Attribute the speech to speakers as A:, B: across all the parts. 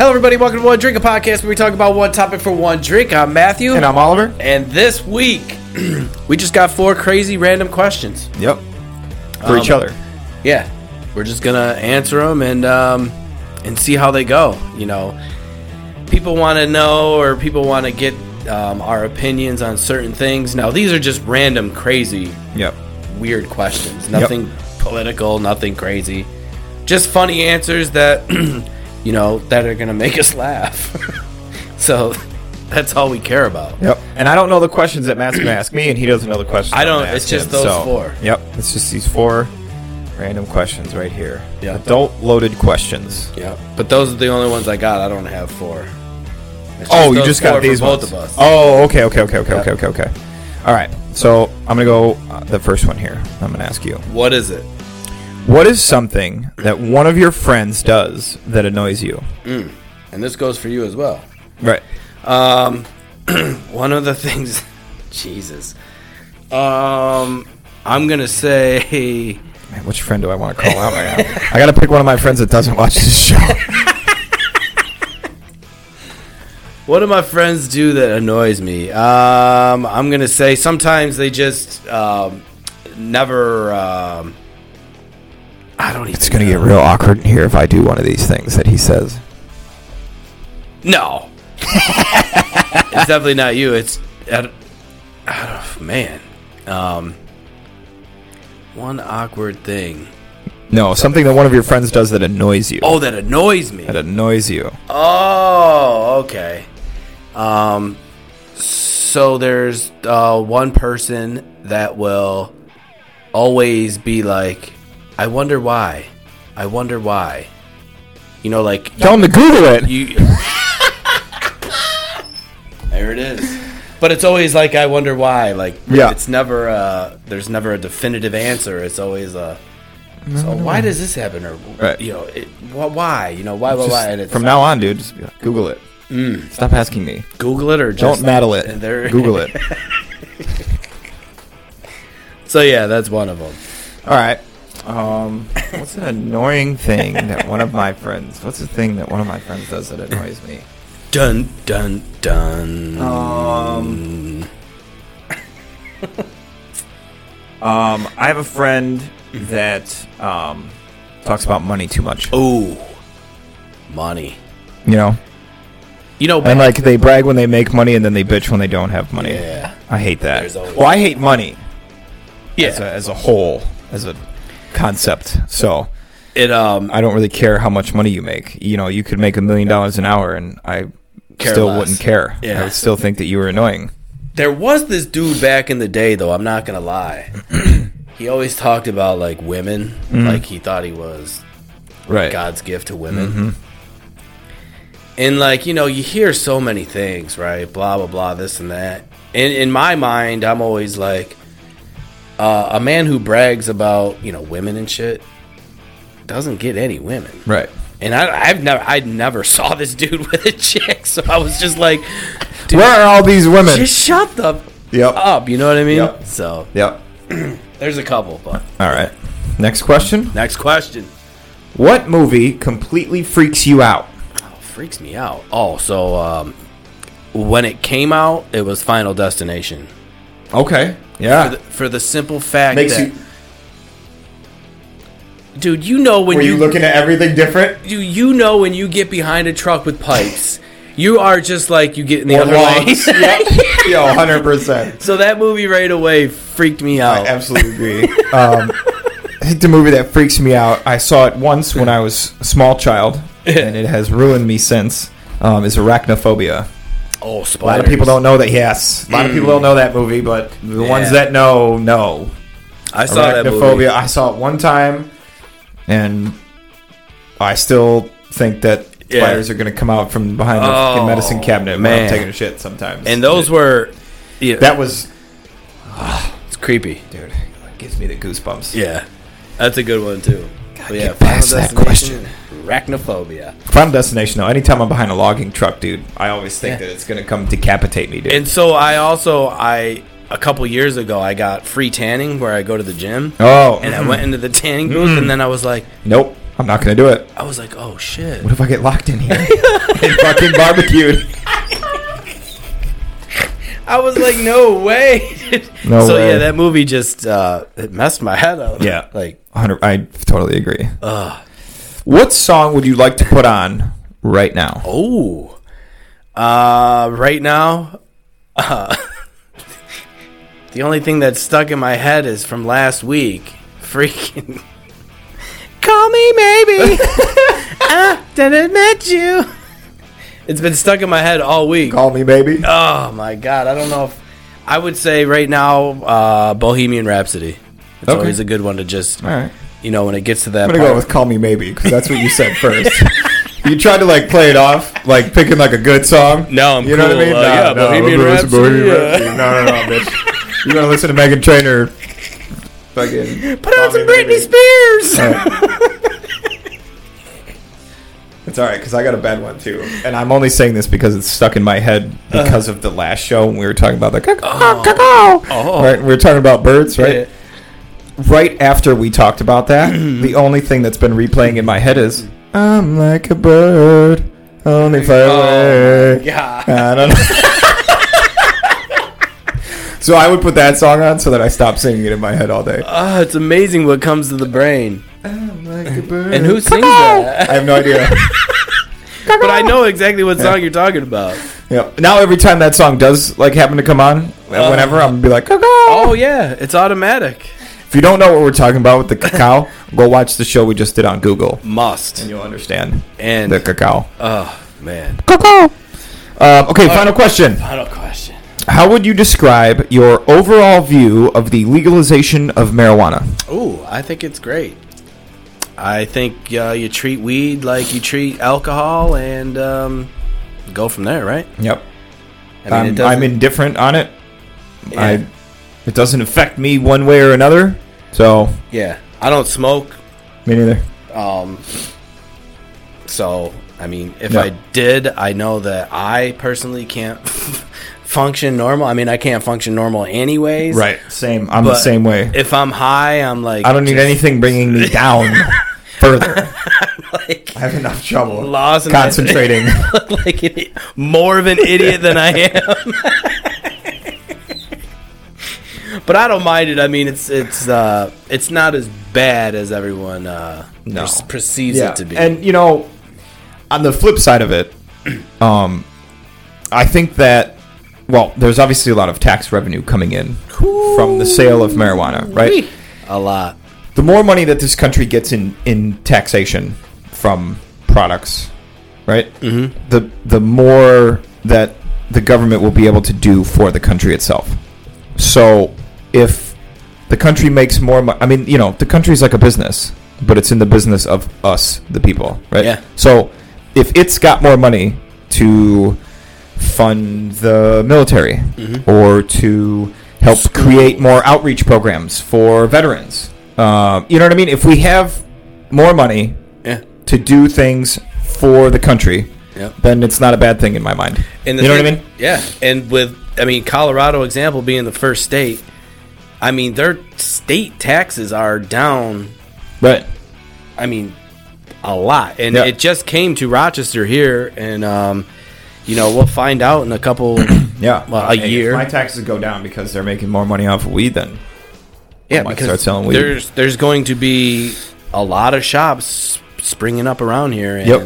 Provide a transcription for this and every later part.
A: Hello, everybody. Welcome to One Drink, a podcast where we talk about one topic for one drink. I'm Matthew.
B: And I'm Oliver.
A: And this week, we just got four crazy random questions.
B: Yep. For each other.
A: Yeah. We're just going to answer them and, um, and see how they go. You know, people want to know or people want to get um, our opinions on certain things. Now, these are just random, crazy,
B: Yep.
A: weird questions. Nothing political, nothing crazy. Just funny answers that, you know, that are going to make us laugh. so that's all we care about.
B: Yep. And I don't know the questions that Matt's gonna ask me, and he doesn't know the questions.
A: I
B: I'm
A: don't-
B: gonna
A: it's
B: ask
A: just
B: him,
A: those
B: so-
A: four.
B: Yep. It's just these four random questions right here.
A: Yeah.
B: Adult loaded questions.
A: Yeah. But those are the only ones I got. I don't have four. It's
B: Oh, you
A: those
B: just
A: four
B: got
A: for
B: these
A: both
B: ones.
A: of us.
B: Oh, okay, okay, okay, okay,
A: Yep.
B: okay, okay, okay. All right. So I'm gonna go uh, the first one here. I'm gonna ask you.
A: What is it?
B: What is something that one of your friends does that annoys you?
A: And this goes for you as well.
B: Right.
A: One of the things, Jesus. Um, I'm gonna say
B: Man, which friend do I want to call out right now? I gotta pick one of my friends that doesn't watch this show.
A: What do my friends do that annoys me? Um, I'm gonna say sometimes they just um, never. Um, I don't even.
B: It's gonna get real awkward here if I do one of these things that he says.
A: No. it's definitely not you. It's I don't, I don't- man. Um, one awkward thing.
B: No, something that one of your friends does that annoys you.
A: Oh, that annoys me.
B: That annoys you.
A: Oh, okay. Um, so there's uh, one person that will always be like, "I wonder why. I wonder why." You know, like
B: Tell him to Google it.
A: you. there it is. But it's always like, "I wonder why." Like,
B: Yeah.
A: it's never. Uh, there's never a definitive answer. It's always a. So why does this happen, or
B: Right.
A: you know, it, wh- why? You know, why? Why?
B: Just
A: why? And it's
B: from now on, dude, just be like, Google it. Stop asking me.
A: Google it or just
B: Don't meddle it.
A: and there-
B: Google it.
A: So yeah, that's one of them.
B: All right. Um, what's an annoying thing that one of my friends? What's the thing that one of my friends does that annoys me?
A: Dun dun dun. Um.
B: Um, I have a friend
A: Mm-hmm.
B: that um, talks about money too much.
A: Oh, money.
B: You know,
A: You know,
B: and like they brag when they make money, and then they bitch when they don't have money.
A: yeah,
B: I hate that.
A: There's always-
B: Well, I hate money as, a,
A: yeah.
B: as a whole, as a concept. So
A: It um.
B: I don't really care how much money you make. You know, you could make a million dollars an hour, and I
A: Care
B: still
A: less.
B: wouldn't care.
A: Yeah.
B: I would still think that you were annoying.
A: There was this dude back in the day, though. I'm not gonna lie. he always talked about like women,
B: Mm-hmm.
A: like he thought he was
B: Right.
A: God's gift to women.
B: Mm-hmm.
A: And like, you know, you hear so many things, right? Blah blah blah, this and that. And in my mind, I'm always like, uh, a man who brags about you know women and shit doesn't get any women.
B: Right.
A: And I, I've never, I never saw this dude with a chick, so I was just like, dude,
B: Where are all these women?
A: just shut the
B: Yep.
A: up. You know what I mean?
B: Yep.
A: So
B: yep.
A: there's a couple, but
B: All right. Next question.
A: next question.
B: What movie completely freaks you out?
A: freaks me out. Oh, so um, when it came out, it was Final Destination.
B: Okay. Yeah.
A: For the, for the simple fact
B: Makes
A: that,
B: you.
A: dude, you know when
B: Were
A: you
B: you looking at everything different?
A: you you know when you get behind a truck with pipes, you are just like you get in the
B: Or
A: other lane.
B: lungs? yep. Yo, 100%.
A: so that movie right away freaked me out.
B: I absolutely agree. um, I think the movie that freaks me out. I saw it once when I was a small child, and it has ruined me since. Um, is arachnophobia.
A: oh, spiders.
B: A lot of people don't know that. Yes, a lot of people
A: Mm.
B: don't know that movie, but the ones that know know.
A: I saw that movie.
B: Arachnophobia. I saw it one time, and I still think that
A: Yeah.
B: spiders are going to come out from behind the
A: Oh,
B: fucking medicine cabinet when
A: man.
B: I'm taking a shit sometimes.
A: And those were yeah,
B: that was,
A: that's creepy.
B: dude, gives me the goosebumps.
A: Yeah, that's a good one too. But yeah,
B: get past that
A: Destination, Arachnophobia.
B: Final Destination, though, anytime I'm behind a logging truck, dude, I always think
A: Yeah.
B: that it's gonna come decapitate me, dude.
A: And so I also I a couple years ago I got free tanning where I go to the gym
B: oh, Mm-hmm.
A: and I went into the tanning booth and then I was like,
B: nope. I'm not gonna do it.
A: I was like, oh shit.
B: What if I get locked in here and fucking barbecued?
A: I was like, no way.
B: No
A: so
B: way.
A: yeah, that movie just uh, it messed my head up.
B: Yeah.
A: like
B: 100 I totally agree.
A: Ugh.
B: What song would you like to put on right now?
A: oh, uh, right now, uh, the only thing that's stuck in my head is from last week. Freaking, call me maybe. I didn't met you. It's been stuck in my head all week.
B: Call me, baby.
A: Oh my god, I don't know if I would say right now uh, Bohemian Rhapsody. It's
B: Okay.
A: always a good one to just
B: All right.
A: you know when it gets to that
B: I'm gonna
A: part.
B: go with "Call Me Maybe" because that's what you said first. you tried to like play it off, like picking like a good song.
A: No, I'm
B: you know
A: cool.
B: what I mean.
A: Uh, yeah, Bohemian
B: we're gonna listen to
A: Rhapsody,
B: Bohemian
A: yeah.
B: Rhapsody. No, no, no, bitch. You're gonna listen to Megan Trainor. Fucking.
A: Put on
B: Call
A: some
B: me
A: Britney
B: maybe.
A: Spears.
B: It's all right because I got a bad one too, and I'm only saying this because it's stuck in my head because of the last show when we were talking about the cuckoo, cuckoo.
A: Oh.
B: Right, we were talking about birds, right?
A: Yeah.
B: Right after we talked about that, the only thing that's been replaying in my head is "I'm like a bird, only fly
A: Oh,
B: away."
A: yeah.
B: I don't know. so I would put that song on so that I stop singing it in my head all day.
A: Ah, it's amazing what comes to the brain.
B: I'm like a bird.
A: And who sings that?
B: I have no idea.
A: But I know exactly what song you're talking about.
B: Yeah. Now every time that song does like happen to come on, whenever I'm gonna be like, "Cuckoo."
A: Uh. Oh yeah, it's automatic.
B: If you don't know what we're talking about with the cacao, go watch the show we just did on Google,
A: Must.
B: and you'll understand
A: And
B: the cacao.
A: oh man.
B: Cacao. Um, okay, final question.
A: Final question.
B: How would you describe your overall view of the legalization of marijuana?
A: Ooh, I think it's great. I think uh, you treat weed like you treat alcohol, and um, go from there, right?
B: Yep.
A: Um, I
B: I
A: it
B: am
A: doesn't-
B: I'm indifferent on it.
A: yeah,
B: I it doesn't affect me one way or another. So
A: yeah. I don't smoke,
B: me neither.
A: um, so I mean, if
B: Yeah.
A: I did, I know that I personally can't function normal. I mean, I can't function normal anyways,
B: Same. I'm the
A: but
B: same way.
A: If I'm high, I'm like
B: I don't need
A: just,
B: anything bringing me down further.
A: like
B: I have enough trouble
A: lost in my-
B: concentrating.
A: like an, more of an idiot than I am. but I don't mind it. I mean, it's it's uh, it's not as bad as everyone uh,
B: No.
A: perce- perceives it to be.
B: And you know, on the flip side of it, um, I think that well, there's obviously a lot of tax revenue coming in from the sale of marijuana, right?
A: Whee! a lot.
B: The more money that this country gets in in taxation from products, right? Mm-hmm. The the more that the government will be able to do for the country itself. So, if the country makes more money, I mean, you know, the country's like a business, but it's in the business of us, the people, right?
A: Yeah.
B: So, if it's got more money to fund the military or to help create more outreach programs for veterans, uh, you know what I mean? If we have more money
A: Yeah.
B: to do things for the country,
A: Yep.
B: then it's not a bad thing in my mind.
A: And the
B: you know what I
A: thing-
B: mean?
A: Yeah. And with I mean, Colorado example being the first state. I mean, their state taxes are down
B: Right.
A: I mean, a lot. And
B: Yeah.
A: it just came to Rochester here, and um, you know we'll find out in a couple.
B: Yeah.
A: Well, a
B: Hey, if
A: year.
B: My taxes go down because they're making more money off of weed then.
A: yeah,
B: might
A: because
B: start selling weed.
A: there's there's going to be a lot of shops springing up around here, and
B: Yep.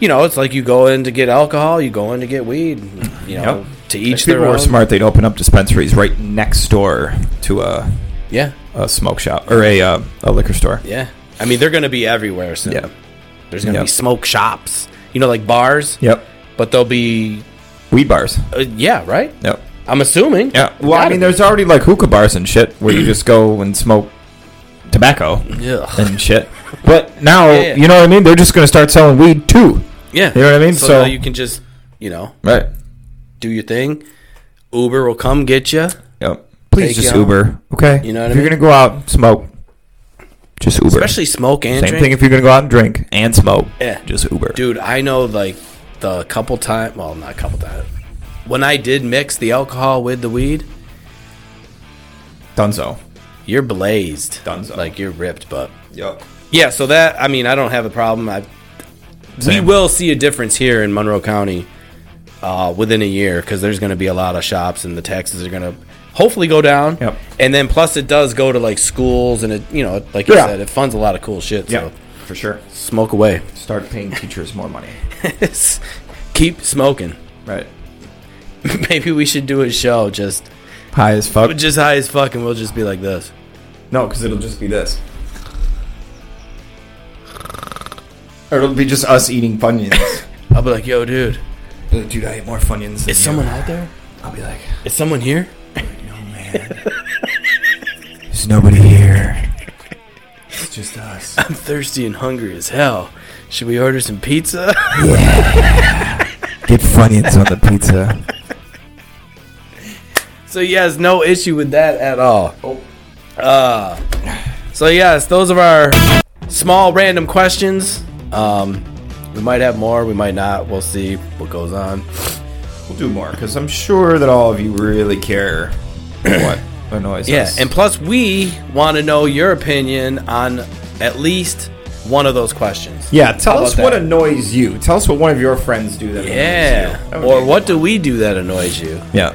A: you know it's like you go in to get alcohol, you go in to get weed. You know, to
B: If
A: each
B: people
A: their
B: were
A: own.
B: smart, they'd open up dispensaries right next door to a,
A: Yeah,
B: a smoke shop or a, uh, a liquor store.
A: yeah. I mean, they're going to be everywhere. So
B: Yeah.
A: there's going to
B: Yep.
A: be smoke shops. You know, like bars.
B: Yep.
A: But they'll be,
B: Weed bars.
A: uh, yeah, right.
B: Yep.
A: I'm assuming.
B: Yeah. Well, I
A: Gotta
B: mean,
A: be.
B: there's already like hookah bars and shit where you just go and smoke tobacco
A: Ugh.
B: and shit. But now,
A: Yeah, yeah.
B: you know what I mean? They're just going to start selling weed too.
A: Yeah.
B: You know what I mean?
A: So,
B: So-
A: now you can just, you know,
B: Right.
A: do your thing. Uber will come get you.
B: Yep. Please
A: Take
B: just
A: you out.
B: Uber. Okay.
A: You know what
B: if
A: I
B: you're
A: mean?
B: going to go out, smoke. Just Uber.
A: Especially smoke and
B: Same
A: drink.
B: thing if you're gonna go out and drink and smoke.
A: Yeah.
B: Just Uber.
A: Dude, I know like the couple time, well, not couple time. When I did mix the alcohol with the weed,
B: Dunzo.
A: you're blazed.
B: Dunzo.
A: Like you're ripped, but
B: Yep.
A: yeah, so that I mean, I don't have a problem. I we
B: Same.
A: will see a difference here in Monroe County uh, within a year because there's going to be a lot of shops and the taxes are going to hopefully go down.
B: Yep.
A: And then plus it does go to like schools and it you know like you
B: Yeah.
A: said it funds a lot of cool shit.
B: Yeah,
A: So
B: for sure.
A: smoke away.
B: Start paying teachers more money.
A: Keep smoking.
B: Right.
A: Maybe we should do a show just
B: High as fuck.
A: just high as fuck and we'll just be like this.
B: No, because it'll just be this. Or it'll be just us eating Funyuns.
A: I'll be like, yo, dude,
B: Be like, Dude, I ate more Funyuns
A: is
B: than you."
A: someone out there?
B: I'll be like,
A: Is someone here?
B: no, man. There's nobody here. It's just us.
A: I'm thirsty and hungry as hell. Should we order some pizza?
B: Get Funyuns on the pizza.
A: so he has no issue with that at all.
B: Oh.
A: Uh, so yes, those are our small random questions. Um, we might have more, we might not. We'll see what goes on.
B: We'll do more, because I'm sure that all of you really care what annoys
A: Yeah,
B: us.
A: and plus we want to know your opinion on at least one of those questions.
B: Yeah, tell
A: How
B: us
A: about
B: what
A: that?
B: annoys you. Tell us what one of your friends do that.
A: Yeah.
B: annoys you. That would
A: Or
B: be-
A: what do we do that annoys you?
B: Yeah.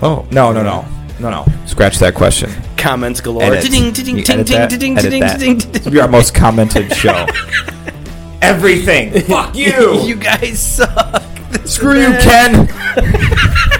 B: Oh no no no no no! Scratch that question.
A: Comments galore.
B: Edit.
A: Ding, ding,
B: You
A: ding,
B: edit
A: ding,
B: that,
A: ding,
B: edit
A: ding,
B: that.
A: ding, ding.
B: This will be our most commented show. Everything. Fuck you.
A: You guys suck. This
B: Screw
A: is
B: you,
A: it.
B: Ken.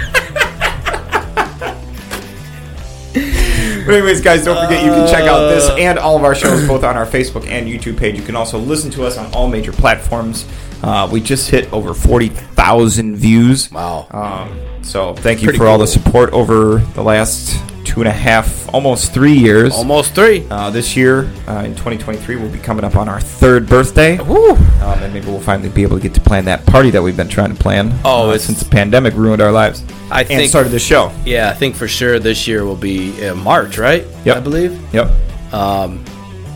B: But anyways, guys, don't forget you can check out
A: Uh.
B: this and all of our shows both on our Facebook and YouTube page. You can also listen to us on all major platforms. Uh, we just hit over forty thousand views.
A: Wow.
B: Um, so thank you for
A: Pretty
B: all
A: cool.
B: the support over the last two and a half, almost three years.
A: Almost three.
B: Uh, this year, uh, in 2023, we'll be coming up on our third birthday.
A: Woo.
B: Um, and maybe we'll finally be able to get to plan that party that we've been trying to plan.
A: Oh,
B: uh,
A: it's-
B: since the pandemic ruined our lives.
A: I
B: and
A: think-
B: started the show.
A: Yeah, I think for sure this year will be uh, March, right?
B: Yep.
A: I believe.
B: Yep.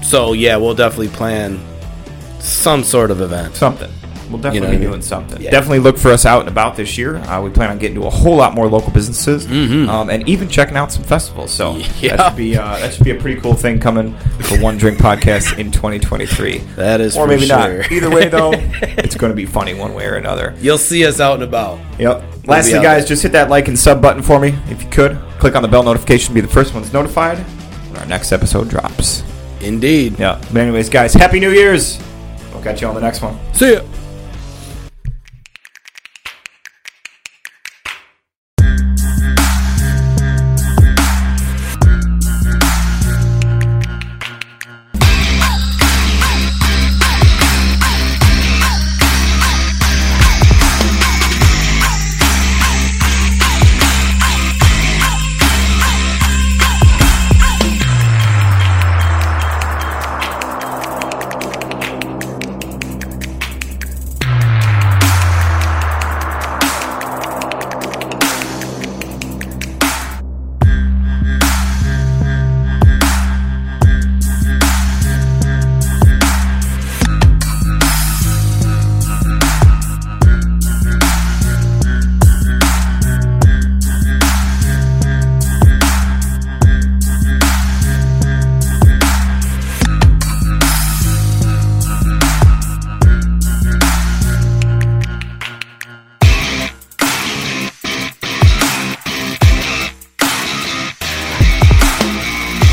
A: So yeah, we'll definitely plan some sort of event.
B: Something. We'll definitely
A: know what I
B: be
A: mean?
B: doing something.
A: Yeah.
B: Definitely look for us out and about this year. Uh, we plan on getting to a whole lot more local businesses, um, and even checking out some festivals. So
A: Mm-hmm. Yeah.
B: that should be uh, that should be a pretty cool thing coming for One Drink Podcast in 2023.
A: That is
B: or
A: for
B: maybe
A: sure.
B: not. Either way, though, it's going to be funny one way or another.
A: You'll see us out and about.
B: Yep. Lastly,
A: out
B: guys,
A: there.
B: just hit that like and sub button for me if you could. Click on the bell notification to be the first ones notified when our next episode drops.
A: Indeed.
B: Yeah. But anyways, guys, happy New Year's. We'll catch you on the next one.
A: See ya.